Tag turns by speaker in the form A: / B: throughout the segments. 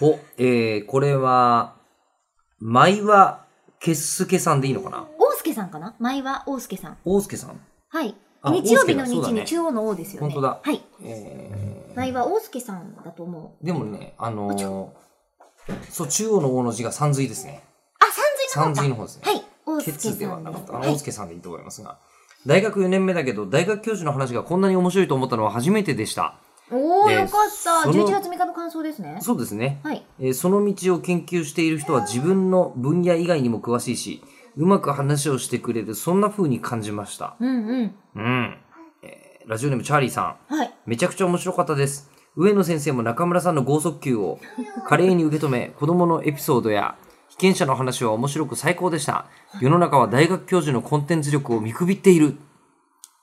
A: お、えー、これは、舞は、けっすけさんでいいのかな
B: 大助さんかな前は大助さん。
A: 大介さん。
B: はい。
A: あ
B: 日曜日
A: 大助だ
B: の日
A: そうだね
B: に中央の王ですよね。
A: 本当だ
B: はい。
A: えー、
B: 前は大助さんだと思う。
A: でもね、あの
B: あち
A: ー、そう、中央の王の字が三髄ですね。
B: あ、
A: 三
B: 三髄
A: 髄
B: の
A: の方
B: 方か。
A: ですね。
B: はい。大
A: ケ
B: 助さん
A: ツで
B: で。
A: すはなかった。あの、
B: はい
A: 大介さんでいいと思いますが。大学4年目だけど、大学教授の話がこんなに面白いと思ったのは初めてでした。
B: おー、
A: えー
B: よかった。
A: その
B: 11月6日の感想ですね。
A: そうですね。
B: はい。
A: えーその道を研究している人は自分の分野以外にも詳しいし、うまく話をしてくれる、そんな風に感じました。
B: うんうん。
A: うん。えーラジオネームチャーリーさん。
B: はい。
A: めちゃくちゃ面白かったです。上野先生も中村さんの剛速球を華麗に受け止め、子供のエピソードや被験者の話は面白く最高でした。世の中は大学教授のコンテンツ力を見くびっている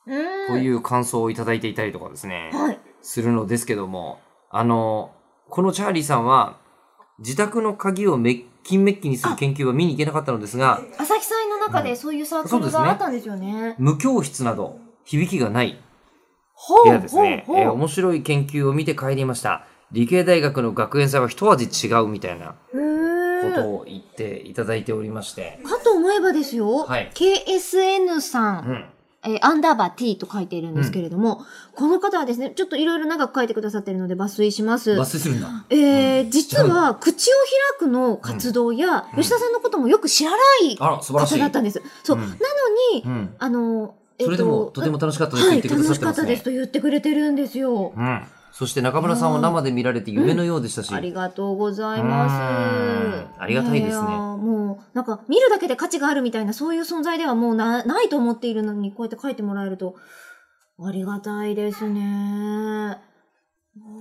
B: うーん。
A: という感想をいただいていたりとかですね、
B: はい。
A: するのですけども、あの、このチャーリーさんは、自宅の鍵をメッキメッキにする研究は見に行けなかったのですが、
B: 朝日祭の中でそういうサークルがあったんですよね。
A: 無教室など響きがない
B: ほ
A: いうやですね、
B: ほう
A: えー
B: ほう。
A: 面白い研究を見て帰りました。理系大学の学園祭は一味違うみたいな
B: へ
A: こと
B: ー。
A: を言っていただいておりまして。
B: かと思えばですよ、
A: はい
B: KSN さ、
A: うんん。
B: えーアンダーバー t と書いているんですけれども、この方はですね、ちょっといろいろ長く書いてくださっているので抜粋します。
A: 抜粋するんだ。
B: えー実
A: 違うん
B: は、口を開くの活動や、
A: うん
B: 吉田さんのこともよく知らない
A: あら、素晴らし
B: 方
A: い。
B: だったんです。そう。
A: うん
B: なのに、
A: うん。
B: あの、
A: それでも、とても楽しかったですと
B: は
A: 言っ
B: い、
A: てくだ
B: 楽
A: さっ
B: してか
A: ま
B: った
A: す
B: です
A: ね。
B: と言ってくれてるんですよ。
A: うん。そして中村さんを生で見られて夢のようでしたし。
B: ありがとうございます
A: う。んありがたいですね
B: ややもう、なんか、見るだけで価値があるみたいな、そういう存在ではもうなないと思っているのに、こうやって書いてもらえると、ありがたいですね。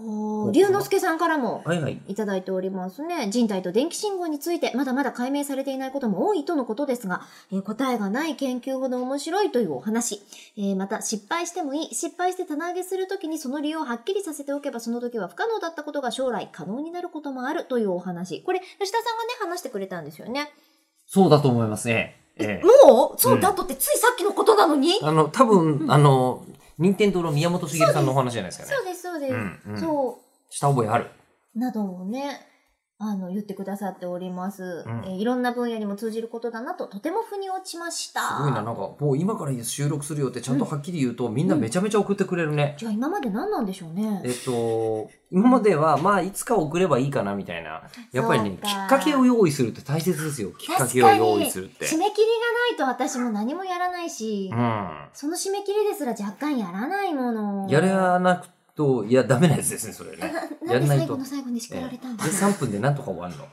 B: おー龍之介さんからも。
A: はいはい。
B: いただいておりますね。人体と電気信号について、まだまだ解明されていないことも多いとのことですが、えー答えがない研究ほど面白いというお話。えーまた、失敗してもいい。失敗して棚上げするときにその理由をはっきりさせておけば、その時は不可能だったことが将来可能になることもあるというお話。これ、吉田さんがね、話してくれたんですよね。
A: そうだと思いますね。ええ
B: もう
A: そうだ
B: とってついさっきのことなのに、
A: あの、多分、あの、任天堂の宮本茂さんのお話じゃないですかね
B: そ。うです、そうです。
A: うんうん
B: そう。
A: した覚えある。
B: などをね、あの、言ってくださっております、
A: うん
B: えーいろんな分野にも通じることだなと、とても腑に落ちました。
A: すごいな、なんか、もう今から収録するよってちゃんとはっきり言うと、みんなめちゃめちゃ送ってくれるね。
B: じゃあ今まで何なんでしょうね。
A: えっと、今までは、まあ、いつか送ればいいかな、みたい な。やっぱりね、き
B: そうか
A: っかけを用意するって大切ですよ。きっか
B: 確
A: けを
B: かに
A: 用意するって。
B: 締め切りがないと私も何もやらないし、
A: うん。
B: その締め切りですら若干やらないもの。
A: やらなく と、いや、ダメなやつですね、それね。
B: な
A: や
B: なんん
A: な
B: で
A: い
B: 最
A: と
B: 後の。最後に叱られたんだ、
A: で、3分でなんとか終わるの。